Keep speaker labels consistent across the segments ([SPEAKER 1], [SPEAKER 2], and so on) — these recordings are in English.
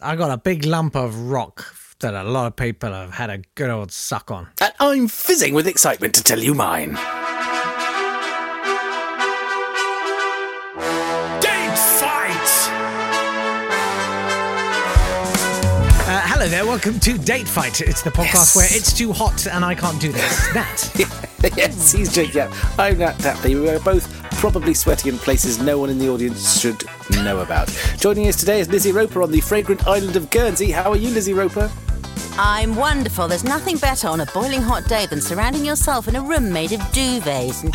[SPEAKER 1] I got a big lump of rock that a lot of people have had a good old suck on.
[SPEAKER 2] And I'm fizzing with excitement to tell you mine. Date fight!
[SPEAKER 1] Uh, hello there, welcome to Date Fight. It's the podcast
[SPEAKER 2] Yes.
[SPEAKER 1] where it's too hot and I can't do this. That.
[SPEAKER 2] yes, he's Jake Yap. I'm Nat Tapley. We're both probably sweating in places no one in the audience should know about. Joining us today is Lizzie Roper on the fragrant island of Guernsey. How are you, Lizzie Roper?
[SPEAKER 3] I'm wonderful. There's nothing better on a boiling hot day than surrounding yourself in a room made of duvets and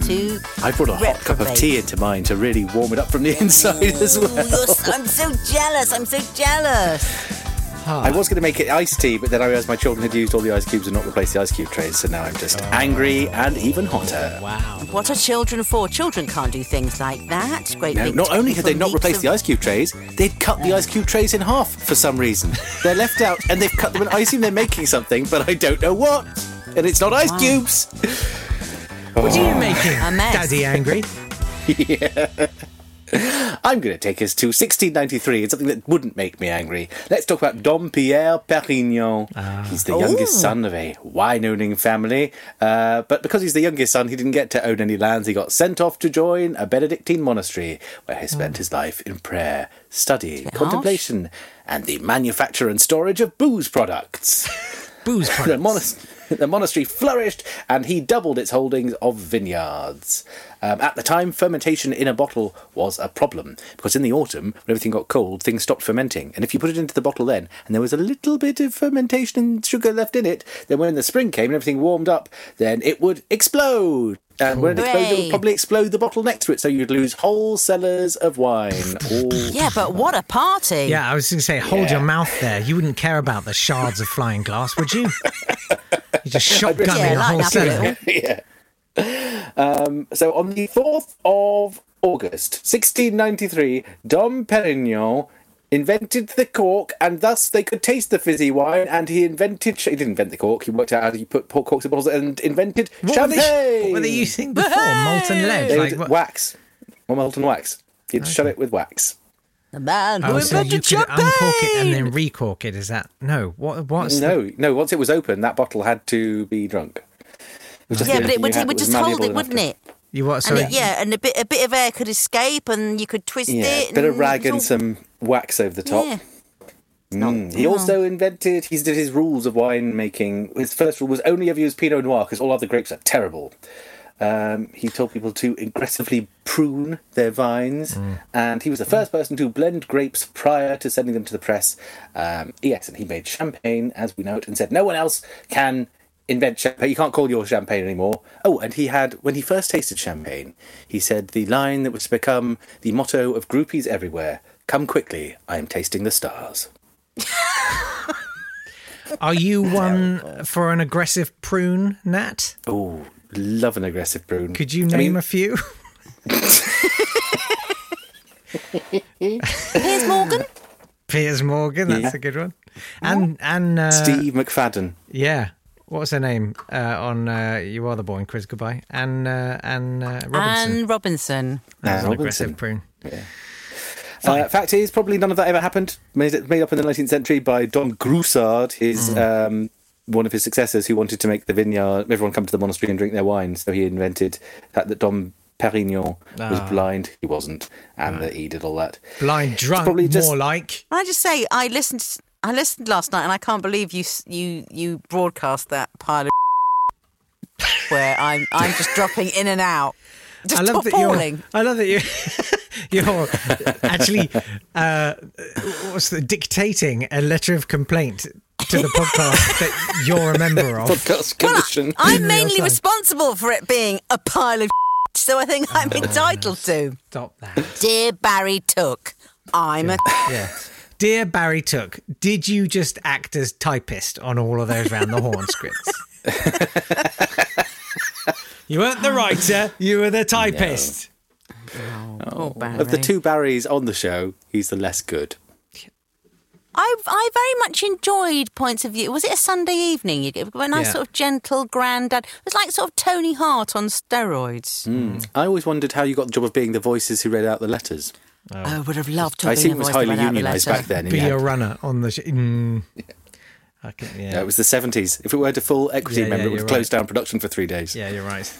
[SPEAKER 3] to.
[SPEAKER 2] I brought a hot cup of
[SPEAKER 3] Reprobate.
[SPEAKER 2] tea into mine to really warm it up from the inside as well.
[SPEAKER 3] Ooh, you're so- I'm so jealous. I'm so jealous.
[SPEAKER 2] I was going to make it iced tea, but then I realised my children had used all the ice cubes and not replaced the ice cube trays, so now I'm just angry and even hotter.
[SPEAKER 1] Wow.
[SPEAKER 3] What are children for? Children can't do things like that. Great
[SPEAKER 2] No,
[SPEAKER 3] big
[SPEAKER 2] not only had they
[SPEAKER 3] technical
[SPEAKER 2] not replaced the
[SPEAKER 3] leaps
[SPEAKER 2] ice cube trays, they'd cut the ice cube trays in half for some reason. They're left out and they've cut them, and I assume they're making something, but I don't know what. And it's not ice
[SPEAKER 3] Wow.
[SPEAKER 2] cubes.
[SPEAKER 1] What are you making?
[SPEAKER 3] A mess.
[SPEAKER 1] Daddy angry.
[SPEAKER 2] I'm going to take us to 1693 and something that wouldn't make me angry. Let's talk about Dom Pierre Perignon. he's the youngest son of a wine owning family. Uh, but because he's the youngest son, he didn't get to own any lands. He got sent off to join a Benedictine monastery where he spent his life in prayer, study,
[SPEAKER 3] bit
[SPEAKER 2] contemplation, and the manufacture and storage of booze products.
[SPEAKER 1] Booze
[SPEAKER 2] The,
[SPEAKER 1] products.
[SPEAKER 2] monas- the monastery flourished and he doubled its holdings of vineyards. Um, at the time, fermentation in a bottle was a problem because in the autumn, when everything got cold, things stopped fermenting. And if you put it into the bottle then and there was a little bit of fermentation and sugar left in it, then when the spring came and everything warmed up, then it would explode. And when it exploded, it would
[SPEAKER 3] Hooray.
[SPEAKER 2] probably explode the bottle next to it, so you'd lose whole cellars of wine. All
[SPEAKER 3] of- Yeah, but what a party.
[SPEAKER 1] Yeah, I was going to say, hold
[SPEAKER 2] Yeah.
[SPEAKER 1] your mouth there. You wouldn't care about the shards of flying glass, would you? You just shotgun
[SPEAKER 3] Yeah,
[SPEAKER 1] me the
[SPEAKER 3] lighten
[SPEAKER 1] whole
[SPEAKER 3] up a
[SPEAKER 1] cellar.
[SPEAKER 3] little.
[SPEAKER 2] yeah. Um, so on the 4th of August, 1693, Dom Perignon invented the cork and thus they could taste the fizzy wine and he invented he didn't invent the cork he worked out how to put pork corks in bottles and invented
[SPEAKER 1] What were,
[SPEAKER 2] champagne
[SPEAKER 1] they, what were they using before? Molten lead.
[SPEAKER 2] They
[SPEAKER 1] Like,
[SPEAKER 2] would-
[SPEAKER 1] what-
[SPEAKER 2] wax or molten wax you'd shove it with wax
[SPEAKER 3] The man who
[SPEAKER 1] Oh, so you could
[SPEAKER 3] invented champagne.
[SPEAKER 1] uncork it and then recork it. Is that no? What? What's the-
[SPEAKER 2] no no once it was open that bottle had to be drunk It was just
[SPEAKER 3] yeah,
[SPEAKER 2] the
[SPEAKER 3] but
[SPEAKER 2] only
[SPEAKER 3] it
[SPEAKER 2] thing you
[SPEAKER 3] would,
[SPEAKER 2] had
[SPEAKER 3] it would
[SPEAKER 2] that was
[SPEAKER 3] just hold
[SPEAKER 2] malleable
[SPEAKER 3] it,
[SPEAKER 2] enough
[SPEAKER 3] wouldn't
[SPEAKER 2] to-
[SPEAKER 3] it?
[SPEAKER 1] You what?
[SPEAKER 3] And
[SPEAKER 1] Sorry.
[SPEAKER 3] it, yeah, and a bit, a bit of air could escape, and you could twist
[SPEAKER 2] yeah
[SPEAKER 3] it.
[SPEAKER 2] bit of
[SPEAKER 3] and
[SPEAKER 2] rag
[SPEAKER 3] it
[SPEAKER 2] and
[SPEAKER 3] was
[SPEAKER 2] some wax over the
[SPEAKER 3] all-
[SPEAKER 2] top
[SPEAKER 3] Yeah.
[SPEAKER 2] Mm. He also invented, he did his rules of wine making. His first rule was only ever use Pinot Noir because all other grapes are terrible. Um, he told people to aggressively prune their vines, and he was the first person to blend grapes prior to sending them to the press. Um, yes, and he made champagne as we know it, and said no one else can invent champagne. You can't call your champagne anymore. Oh, and he had when he first tasted champagne, he said the line that was to become the motto of groupies everywhere: "Come quickly, I am tasting the stars."
[SPEAKER 1] Are you one for an aggressive prune, Nat?
[SPEAKER 2] Oh, love an aggressive prune.
[SPEAKER 1] Could you name a few?
[SPEAKER 3] Here's Morgan.
[SPEAKER 1] Piers Morgan, that's
[SPEAKER 2] Yeah.
[SPEAKER 1] a good one. And and uh,
[SPEAKER 2] Steve McFadden?
[SPEAKER 1] yeah, what's her name uh, on uh, You Are the Boy in Quiz Goodbye? And uh, and uh, Robinson.
[SPEAKER 3] And Robinson.
[SPEAKER 1] That's an
[SPEAKER 2] Robinson.
[SPEAKER 1] aggressive prune.
[SPEAKER 2] Uh, fact is, probably none of that ever happened. Made, made up in the 19th century by Don Groussard, his um, one of his successors, who wanted to make the vineyard everyone come to the monastery and drink their wine. So he invented that that Dom Perignon was
[SPEAKER 1] Ah.
[SPEAKER 2] blind. He wasn't, and that he did all that.
[SPEAKER 1] Blind drunk,
[SPEAKER 2] probably just-
[SPEAKER 1] more like.
[SPEAKER 3] Can I just say I listened. I listened last night, and I can't believe you s- you you broadcast that pile of where I'm I'm just dropping in and out. Just
[SPEAKER 1] I love that
[SPEAKER 3] appalling.
[SPEAKER 1] you're. I love that you. You're actually uh, what's the, dictating a letter of complaint to the podcast that you're a member of.
[SPEAKER 2] Podcast
[SPEAKER 3] Well,
[SPEAKER 2] commission.
[SPEAKER 3] I,
[SPEAKER 1] In
[SPEAKER 3] am
[SPEAKER 1] real
[SPEAKER 3] mainly
[SPEAKER 1] time.
[SPEAKER 3] responsible for it being a pile of so I think I'm entitled to.
[SPEAKER 1] Stop that.
[SPEAKER 3] Dear Barry Took, I'm a
[SPEAKER 1] Yeah. Dear Barry Took, did you just act as typist on all of those round the horn scripts? you weren't the writer, you were the typist.
[SPEAKER 3] oh, Barry.
[SPEAKER 2] of the two Barrys on the show, he's the less good.
[SPEAKER 3] I I very much enjoyed Points of View. Was it a Sunday evening? You gave a nice
[SPEAKER 1] Yeah.
[SPEAKER 3] sort of gentle granddad. It was like sort of Tony Hart on steroids.
[SPEAKER 2] I always wondered how you got the job of being the voices who read out the letters.
[SPEAKER 3] I would have loved to
[SPEAKER 2] Oh. I
[SPEAKER 3] have
[SPEAKER 2] assume
[SPEAKER 3] been a
[SPEAKER 2] it was
[SPEAKER 3] voice
[SPEAKER 2] highly
[SPEAKER 3] that went out the
[SPEAKER 2] unionised
[SPEAKER 3] letter.
[SPEAKER 2] back then. and
[SPEAKER 1] Be
[SPEAKER 2] you
[SPEAKER 1] a
[SPEAKER 2] had-
[SPEAKER 1] runner on the. Sh- mm. I can, yeah.
[SPEAKER 2] Yeah, it was the 70s. If it weren't a full equity
[SPEAKER 1] Yeah, yeah,
[SPEAKER 2] member, it would
[SPEAKER 1] you're
[SPEAKER 2] have closed
[SPEAKER 1] right.
[SPEAKER 2] down production for three days.
[SPEAKER 1] yeah, you're right.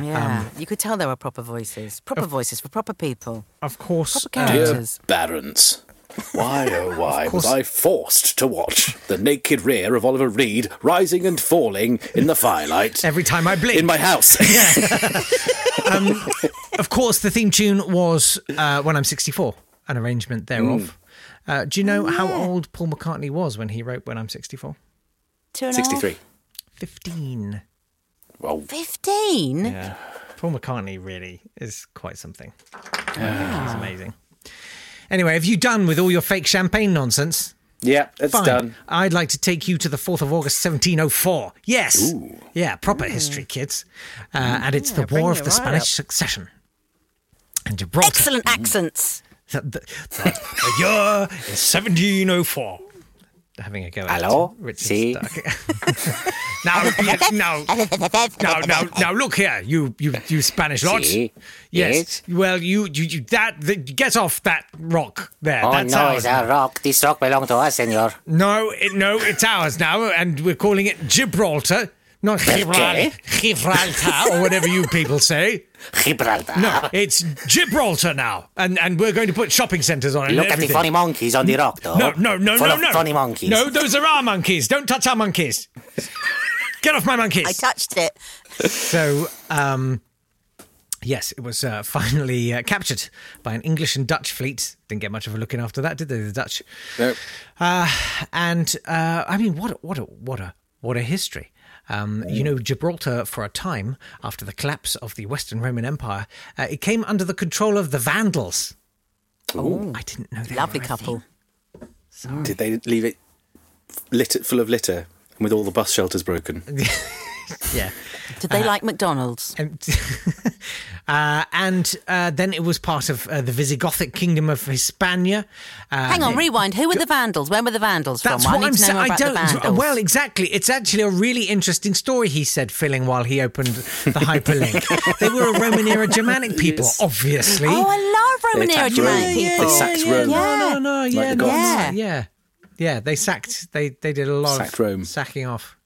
[SPEAKER 3] Yeah,
[SPEAKER 1] Um,
[SPEAKER 3] you could tell there were proper voices, proper voices for proper people,
[SPEAKER 1] Of course,
[SPEAKER 3] proper
[SPEAKER 1] uh,
[SPEAKER 2] Dear
[SPEAKER 3] characters.
[SPEAKER 2] Barons, why oh why
[SPEAKER 1] course.
[SPEAKER 2] was I forced to watch the naked rear of Oliver Reed rising and falling in the firelight
[SPEAKER 1] every time I blink.
[SPEAKER 2] in my house?
[SPEAKER 1] of course, the theme tune was uh, "When I'm 64," an arrangement
[SPEAKER 2] Mm.
[SPEAKER 1] thereof. Uh, do you know how old Paul McCartney was when he wrote "When I'm 64"?
[SPEAKER 3] Two and a half?
[SPEAKER 2] 63.
[SPEAKER 1] Fifteen.
[SPEAKER 2] Well,
[SPEAKER 3] Fifteen.
[SPEAKER 1] Yeah, Paul McCartney really is quite something. He's amazing. Anyway, have you done with all your fake champagne nonsense?
[SPEAKER 2] yeah, it's
[SPEAKER 1] Fine.
[SPEAKER 2] done.
[SPEAKER 1] I'd like to take you to the 4th of August 1704. Yes. Yeah, proper history, kids. Uh, and it's the War of the
[SPEAKER 3] it right
[SPEAKER 1] Spanish
[SPEAKER 3] up.
[SPEAKER 1] Succession. And Gibraltar.
[SPEAKER 3] Excellent accents.
[SPEAKER 1] The, the, the- the year is 1704. Having a go at
[SPEAKER 2] Hello?
[SPEAKER 1] Richard
[SPEAKER 2] See?
[SPEAKER 1] Stark. now, you- now, now, now, now, look here, you, you, you Spanish lot.
[SPEAKER 2] See?
[SPEAKER 1] Yes. Well, you, you, you that, the, get off that rock there.
[SPEAKER 2] Oh,
[SPEAKER 1] That's ours.
[SPEAKER 2] rock. This rock belongs to us, senor.
[SPEAKER 1] No, it, no, it's ours now, and we're calling it Gibraltar, not Gibral-
[SPEAKER 2] Okay.
[SPEAKER 1] Gibraltar or whatever you people say.
[SPEAKER 2] Gibraltar.
[SPEAKER 1] No, it's Gibraltar now, and and we're going to put shopping centres on it. and everything.
[SPEAKER 2] monkeys on the rock, though.
[SPEAKER 1] No, no, no, no, no. No, those are our monkeys. Don't touch our monkeys. Get off my monkeys.
[SPEAKER 3] I touched it.
[SPEAKER 1] So, um, yes, it was uh, finally uh, captured by an English and Dutch fleet. Didn't get much of a looking after that, did they? The Dutch.
[SPEAKER 2] Nope.
[SPEAKER 1] Uh, and uh, I mean, what a, what a what a what a history. Um, you know, Gibraltar, for a time after the collapse of the Western Roman Empire, uh, it came under the control of the Vandals. Oh, I didn't know that.
[SPEAKER 3] Lovely couple.
[SPEAKER 2] Did they leave it lit full of litter and with all the bus shelters broken?
[SPEAKER 1] Yeah.
[SPEAKER 3] Did
[SPEAKER 1] Uh,
[SPEAKER 3] they like McDonald's?
[SPEAKER 1] Um, uh, and uh, then it was part of uh, the Visigothic kingdom of Hispania. Uh,
[SPEAKER 3] Hang on, rewind. Who were the Vandals? When were the Vandals
[SPEAKER 1] That's
[SPEAKER 3] from?
[SPEAKER 1] what
[SPEAKER 3] I
[SPEAKER 1] I'm
[SPEAKER 3] need to
[SPEAKER 1] saying.
[SPEAKER 3] know more
[SPEAKER 1] I
[SPEAKER 3] about the
[SPEAKER 1] don't.
[SPEAKER 3] Vandals.
[SPEAKER 1] Well, exactly. It's actually a really interesting story. He said, filling while he opened the hyperlink. they were a Roman era Germanic people,
[SPEAKER 2] Yes.
[SPEAKER 1] obviously.
[SPEAKER 3] oh, I love Roman
[SPEAKER 2] They
[SPEAKER 3] era
[SPEAKER 2] attacked
[SPEAKER 3] Germanic
[SPEAKER 2] Rome. Yeah,
[SPEAKER 3] people.
[SPEAKER 2] They sacked Rome.
[SPEAKER 1] No,
[SPEAKER 3] Yeah.
[SPEAKER 1] no, no. Yeah,
[SPEAKER 2] the gods.
[SPEAKER 1] yeah,
[SPEAKER 3] Yeah.
[SPEAKER 1] yeah, yeah. They sacked. They they did a lot
[SPEAKER 2] Sacked
[SPEAKER 1] of
[SPEAKER 2] Rome.
[SPEAKER 1] sacking off.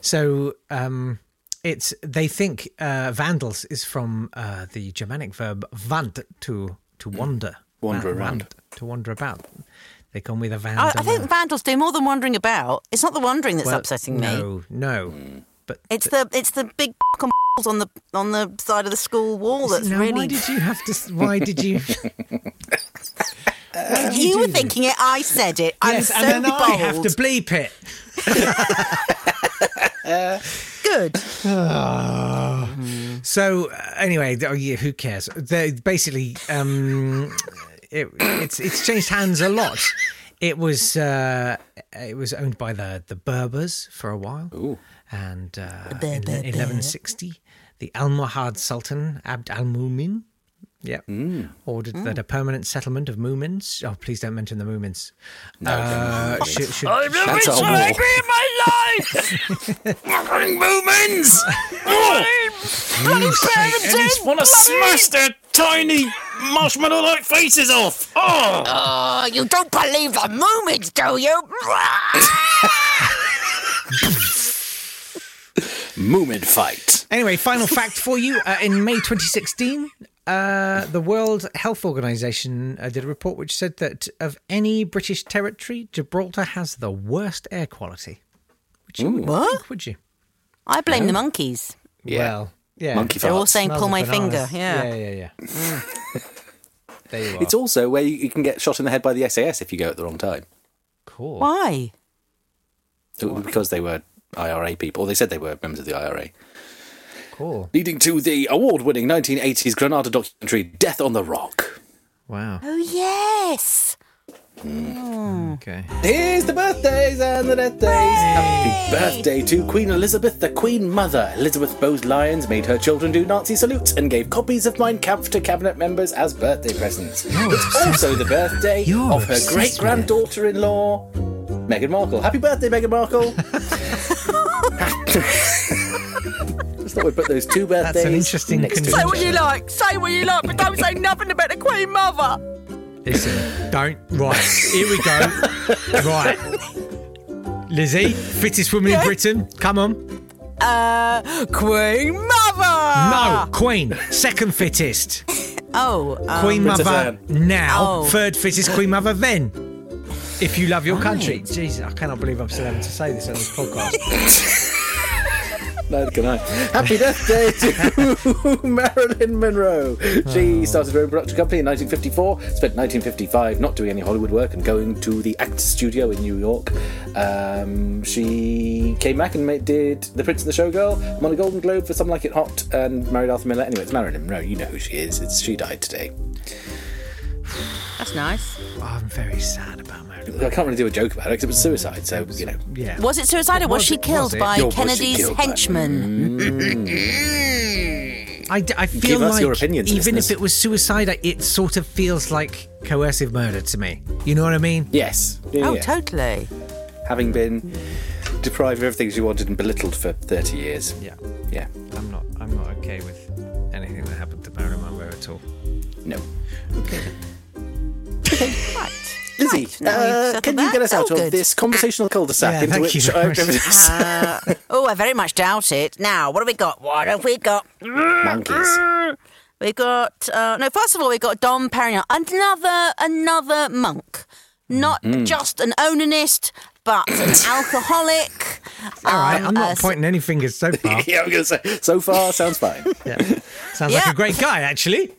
[SPEAKER 1] So um, it's they think uh, vandals is from uh, the Germanic verb vand to to wander,
[SPEAKER 2] Mm. Wander
[SPEAKER 1] Wa-
[SPEAKER 2] around.
[SPEAKER 1] wand, to wander about. They come with a vandal.
[SPEAKER 3] I, I think Vandals do more than wandering about. It's not the wandering that's
[SPEAKER 1] Well,
[SPEAKER 3] upsetting me.
[SPEAKER 1] No, no.
[SPEAKER 2] Mm.
[SPEAKER 1] But
[SPEAKER 3] It's the it's the big and on the on the side of the school wall that's
[SPEAKER 1] now, why
[SPEAKER 3] really.
[SPEAKER 1] did you have to? s- Why did you?
[SPEAKER 3] You, were thinking it. I said it. I'm
[SPEAKER 1] yes,
[SPEAKER 3] so
[SPEAKER 1] and then
[SPEAKER 3] bold.
[SPEAKER 1] I have to bleep it.
[SPEAKER 3] Good.
[SPEAKER 1] Uh, So uh, anyway, th- oh, yeah, who cares? They basically, um, it, it's it's changed hands a lot. It was uh, it was owned by the the Berbers for a while, and uh, in
[SPEAKER 3] Berber.
[SPEAKER 1] 1160, the Almohad Sultan Abd al Mumin, yeah, ordered that a permanent settlement of Mumins. Oh, please don't mention the Mumins. Uh, should, should,
[SPEAKER 2] That's our war. Movements!
[SPEAKER 1] you say any
[SPEAKER 4] want to smash their tiny marshmallow-like faces off. Oh,
[SPEAKER 3] Oh, you don't believe the Moomins, do you?
[SPEAKER 2] Moomin fight.
[SPEAKER 1] Anyway, final fact for you. Uh, in May 2016, uh, the World Health Organization uh, did a report which said that of any British territory, Gibraltar has the worst air quality. Which you wouldn't
[SPEAKER 3] What?
[SPEAKER 1] think, would you?
[SPEAKER 3] I blame the monkeys.
[SPEAKER 2] Yeah.
[SPEAKER 1] Well, yeah.
[SPEAKER 2] Monkey
[SPEAKER 3] They're all
[SPEAKER 2] farts.
[SPEAKER 3] saying,
[SPEAKER 1] Smells
[SPEAKER 3] "Pull
[SPEAKER 1] of
[SPEAKER 3] my
[SPEAKER 1] bananas.
[SPEAKER 3] finger."
[SPEAKER 1] Yeah,
[SPEAKER 3] Yeah.
[SPEAKER 1] yeah, yeah. there you are.
[SPEAKER 2] It's also where you, you can get shot in the head by the SAS if you go at the wrong time.
[SPEAKER 1] cool.
[SPEAKER 3] Why?
[SPEAKER 2] Because they were IRA people. Or they said they were members of the IRA.
[SPEAKER 1] Cool.
[SPEAKER 2] Leading to the award winning 1980s Granada documentary Death on the Rock.
[SPEAKER 1] Wow.
[SPEAKER 3] Oh yes.
[SPEAKER 1] Okay.
[SPEAKER 2] Here's the birthdays and the death days. Happy birthday to Queen Elizabeth, the Queen Mother. Elizabeth Bowes Lyons made her children do Nazi salutes and gave copies of Mein Kampf to cabinet members as birthday presents. it's also the birthday
[SPEAKER 1] You're
[SPEAKER 2] of her
[SPEAKER 1] obsessed with
[SPEAKER 2] great
[SPEAKER 1] it.
[SPEAKER 2] granddaughter in law, Meghan Markle. Happy birthday, Meghan Markle. Just thought we'd put those two birthdays.
[SPEAKER 1] That's an interesting
[SPEAKER 2] next to
[SPEAKER 1] connection.
[SPEAKER 2] each
[SPEAKER 3] Say what you
[SPEAKER 2] other.
[SPEAKER 3] like, say what you like, but don't say nothing about the Queen Mother.
[SPEAKER 1] Listen, don't. Right, here we go. right. Lizzie, fittest woman in Britain. Come on.
[SPEAKER 3] Uh, Queen Mother.
[SPEAKER 1] No, Queen, second fittest.
[SPEAKER 3] Oh, um,
[SPEAKER 1] Queen
[SPEAKER 2] Princess
[SPEAKER 1] Mother now.
[SPEAKER 3] Oh.
[SPEAKER 1] Third fittest Queen Mother then. If you love your country. Jesus, I cannot believe I'm still having to say this on this podcast.
[SPEAKER 2] Neither can I. Happy birthday to Marilyn Monroe.
[SPEAKER 3] Oh.
[SPEAKER 2] She started her own production company in 1954, spent 1955 not doing any Hollywood work and going to the Act Studio in New York. Um, she came back and made, did The Prince and the Showgirl, won a Golden Globe for Some Like It Hot, and married Arthur Miller. Anyway, it's Marilyn Monroe. You know who she is. It's, she died today.
[SPEAKER 3] that's nice.
[SPEAKER 1] I'm very sad about Marilyn.
[SPEAKER 2] I can't really do a joke about it because it was suicide, so, you know.
[SPEAKER 1] Yeah.
[SPEAKER 3] Was it suicidal? Was,
[SPEAKER 1] Was
[SPEAKER 3] she
[SPEAKER 1] it-
[SPEAKER 3] killed
[SPEAKER 1] was it?
[SPEAKER 3] by
[SPEAKER 2] Yeah, was she
[SPEAKER 3] Kennedy's
[SPEAKER 2] killed by-
[SPEAKER 3] henchmen?
[SPEAKER 1] I, d- I feel
[SPEAKER 2] Give us
[SPEAKER 1] like
[SPEAKER 2] your opinions,
[SPEAKER 1] even
[SPEAKER 2] listeners.
[SPEAKER 1] if it was suicide, I- it sort of feels like coercive murder to me. You know what I mean?
[SPEAKER 2] Yes. Yeah,
[SPEAKER 3] Oh,
[SPEAKER 2] yeah.
[SPEAKER 3] totally.
[SPEAKER 2] Having been deprived of everything she wanted and belittled for 30 years.
[SPEAKER 1] Yeah.
[SPEAKER 2] Yeah.
[SPEAKER 1] I'm not. I'm not okay with anything that happened to Marilyn Monroe at all.
[SPEAKER 2] No.
[SPEAKER 3] Right.
[SPEAKER 2] Lizzie,
[SPEAKER 3] Right, now we've
[SPEAKER 2] uh,
[SPEAKER 3] settled
[SPEAKER 2] can you
[SPEAKER 3] that.
[SPEAKER 2] get us out
[SPEAKER 3] Oh,
[SPEAKER 2] of
[SPEAKER 3] good.
[SPEAKER 2] this conversational cul-de-sac
[SPEAKER 1] Yeah,
[SPEAKER 2] into
[SPEAKER 1] thank
[SPEAKER 2] which
[SPEAKER 1] you very
[SPEAKER 2] I've
[SPEAKER 1] much.
[SPEAKER 2] driven us
[SPEAKER 3] Oh, I very much doubt it. Now, what have we got? What have we got?
[SPEAKER 2] monkeys?
[SPEAKER 3] Ah. We've got uh, no. First of all, we've got Dom Perignon, another another monk, not
[SPEAKER 1] Mm-hmm.
[SPEAKER 3] just an onanist, but an alcoholic.
[SPEAKER 1] All right.
[SPEAKER 3] um,
[SPEAKER 1] I'm
[SPEAKER 3] a
[SPEAKER 1] not
[SPEAKER 3] s-
[SPEAKER 1] pointing any fingers so far.
[SPEAKER 2] yeah, I'm going to say. So far, sounds fine.
[SPEAKER 1] yeah. Sounds like
[SPEAKER 3] Yeah.
[SPEAKER 1] a great guy, actually.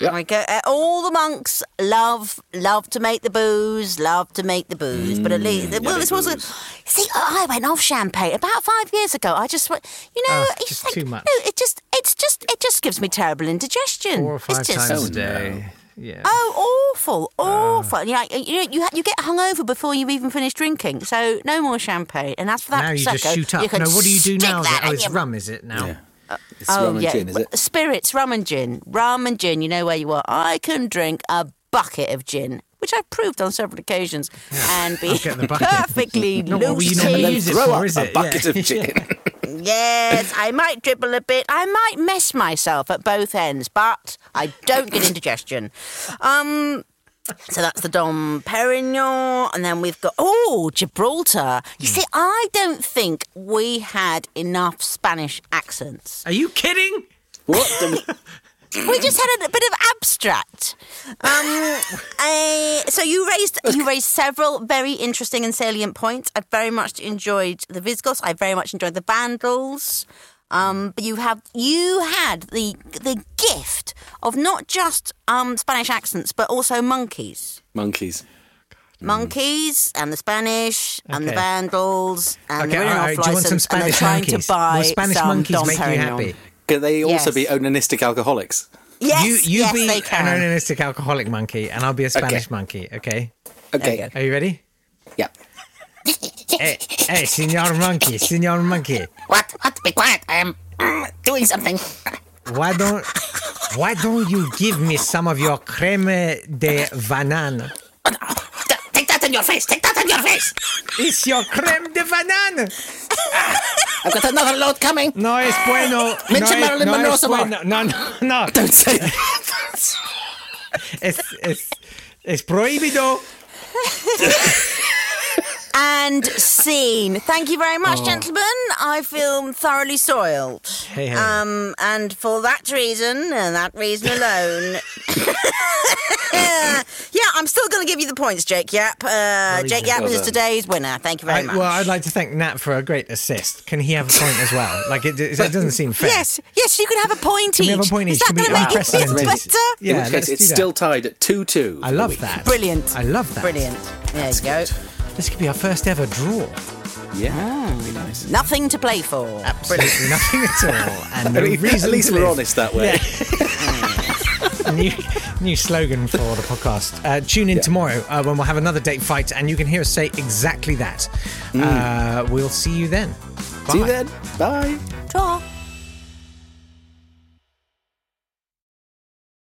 [SPEAKER 3] We go, uh, all the monks love love to make the booze, love to make the booze.
[SPEAKER 1] Mm,
[SPEAKER 3] but at least, well,
[SPEAKER 2] they
[SPEAKER 3] this was a.
[SPEAKER 2] booze.
[SPEAKER 3] See, I went off champagne about five years ago. I just, went- you know,
[SPEAKER 1] Oh,
[SPEAKER 3] it's
[SPEAKER 1] just
[SPEAKER 3] like-
[SPEAKER 1] too much.
[SPEAKER 3] No, it just, it's just, it just gives me terrible indigestion.
[SPEAKER 1] Four or five
[SPEAKER 3] it's just,
[SPEAKER 1] times a
[SPEAKER 2] no.
[SPEAKER 1] day. Yeah.
[SPEAKER 3] Oh, awful,
[SPEAKER 1] Ah.
[SPEAKER 3] awful! you know, you know, you, ha- you get hungover before you even finish drinking, so no more champagne. And as for that
[SPEAKER 1] now you
[SPEAKER 3] prosecco,
[SPEAKER 1] just shoot up.
[SPEAKER 3] you can
[SPEAKER 1] no, what do you do
[SPEAKER 3] stick
[SPEAKER 1] now?
[SPEAKER 3] That
[SPEAKER 1] then? Oh,
[SPEAKER 3] in
[SPEAKER 1] it's
[SPEAKER 3] your-
[SPEAKER 1] rum, is it now?
[SPEAKER 2] It's
[SPEAKER 3] Oh
[SPEAKER 2] rum and
[SPEAKER 3] yeah,
[SPEAKER 2] gin, is it?
[SPEAKER 3] spirits, rum and gin, rum and gin. You know where you are. I can drink a bucket of gin, which I've proved on several occasions, and be
[SPEAKER 1] get the bucket.
[SPEAKER 3] perfectly
[SPEAKER 1] Not what we normally
[SPEAKER 3] loosey.
[SPEAKER 1] use it
[SPEAKER 2] Throw
[SPEAKER 1] for,
[SPEAKER 2] up
[SPEAKER 1] is it?
[SPEAKER 2] a bucket
[SPEAKER 1] Yeah.
[SPEAKER 2] of gin.
[SPEAKER 3] Yes, I might dribble a bit. I might mess myself at both ends, but I don't get indigestion. Um, so that's the Dom Perignon, and then we've got oh Gibraltar. You see, I don't think we had enough Spanish accents.
[SPEAKER 1] Are you kidding?
[SPEAKER 2] what? the-
[SPEAKER 3] We just had a bit of abstract. Um, eh, so you raised you raised several very interesting and salient points. I very much enjoyed the Viscos. I very much enjoyed the Vandals. Um, but you have you had the the gift of not just um, Spanish accents, but also monkeys,
[SPEAKER 2] Monkeys.
[SPEAKER 3] monkeys, and the Spanish, and
[SPEAKER 1] Mm.
[SPEAKER 3] the
[SPEAKER 1] Okay.
[SPEAKER 3] Vandals, and the
[SPEAKER 1] all
[SPEAKER 3] running
[SPEAKER 1] right,
[SPEAKER 3] off
[SPEAKER 1] do you want some
[SPEAKER 3] license, and they're
[SPEAKER 1] Spanish
[SPEAKER 3] trying
[SPEAKER 1] monkeys?
[SPEAKER 3] to buy
[SPEAKER 1] Will Spanish
[SPEAKER 3] some
[SPEAKER 1] monkeys
[SPEAKER 3] Dom
[SPEAKER 1] make
[SPEAKER 3] Perignon.
[SPEAKER 1] you happy?
[SPEAKER 2] Can they also be
[SPEAKER 3] Yes.
[SPEAKER 2] onanistic alcoholics?
[SPEAKER 3] Yes,
[SPEAKER 1] you you
[SPEAKER 3] yes,
[SPEAKER 1] be
[SPEAKER 3] they can.
[SPEAKER 1] an onanistic alcoholic monkey, and I'll be a Spanish monkey. Okay.
[SPEAKER 2] Okay.
[SPEAKER 1] Are you ready?
[SPEAKER 2] Yeah.
[SPEAKER 1] hey, hey, senor monkey, senor monkey.
[SPEAKER 5] What? What? Be quiet. I am mm, doing something.
[SPEAKER 1] Why don't why don't you give me some of your creme de banana?
[SPEAKER 5] T- Take that in your face. Take that in your face.
[SPEAKER 1] It's your creme de banana.
[SPEAKER 5] I've got another load coming.
[SPEAKER 1] No es bueno. No
[SPEAKER 5] Mention
[SPEAKER 1] es,
[SPEAKER 5] Marilyn
[SPEAKER 1] no
[SPEAKER 5] Monroe
[SPEAKER 1] es
[SPEAKER 5] some more.
[SPEAKER 1] bueno. No, no, no.
[SPEAKER 5] Don't say that.
[SPEAKER 1] Es, es, es prohibido.
[SPEAKER 3] and scene. Thank you very
[SPEAKER 1] Oh.
[SPEAKER 3] much, gentlemen. I feel thoroughly soiled.
[SPEAKER 1] hey.
[SPEAKER 3] Um, and for that reason, and that reason alone. yeah, I'm still going to give you the points, Jake Yap. Uh, Jake Yap
[SPEAKER 2] Well
[SPEAKER 3] is
[SPEAKER 2] done.
[SPEAKER 3] today's winner. Thank you very
[SPEAKER 1] I,
[SPEAKER 3] much.
[SPEAKER 1] well, I'd like to thank Nat for a great assist. Can he have a point as well? Like it, it doesn't seem fair.
[SPEAKER 3] yes, yes, you can have a point each.
[SPEAKER 1] we have a point
[SPEAKER 3] is
[SPEAKER 1] each?
[SPEAKER 3] that
[SPEAKER 1] Can we
[SPEAKER 3] going to make it
[SPEAKER 1] unprecedented?
[SPEAKER 3] feel better?
[SPEAKER 2] In
[SPEAKER 1] Yeah, let's
[SPEAKER 2] which case,
[SPEAKER 1] do
[SPEAKER 2] it's
[SPEAKER 1] that.
[SPEAKER 2] still tied at 2 2.
[SPEAKER 1] I love that.
[SPEAKER 3] Brilliant.
[SPEAKER 1] I love that.
[SPEAKER 3] Brilliant. There you go.
[SPEAKER 1] This could be our first ever draw.
[SPEAKER 2] Yeah. Be nice.
[SPEAKER 3] Nothing to play for.
[SPEAKER 1] Absolutely nothing at all, and no
[SPEAKER 2] At least-
[SPEAKER 1] reason
[SPEAKER 2] at least
[SPEAKER 1] to
[SPEAKER 2] we're
[SPEAKER 1] live.
[SPEAKER 2] honest that way.
[SPEAKER 1] new, new slogan for the podcast. Uh, tune in tomorrow uh, when we'll have another date fight, and you can hear us say exactly that. Uh, we'll see you then.
[SPEAKER 2] Mm. See you
[SPEAKER 1] Bye.
[SPEAKER 2] then. Bye.
[SPEAKER 3] Draw.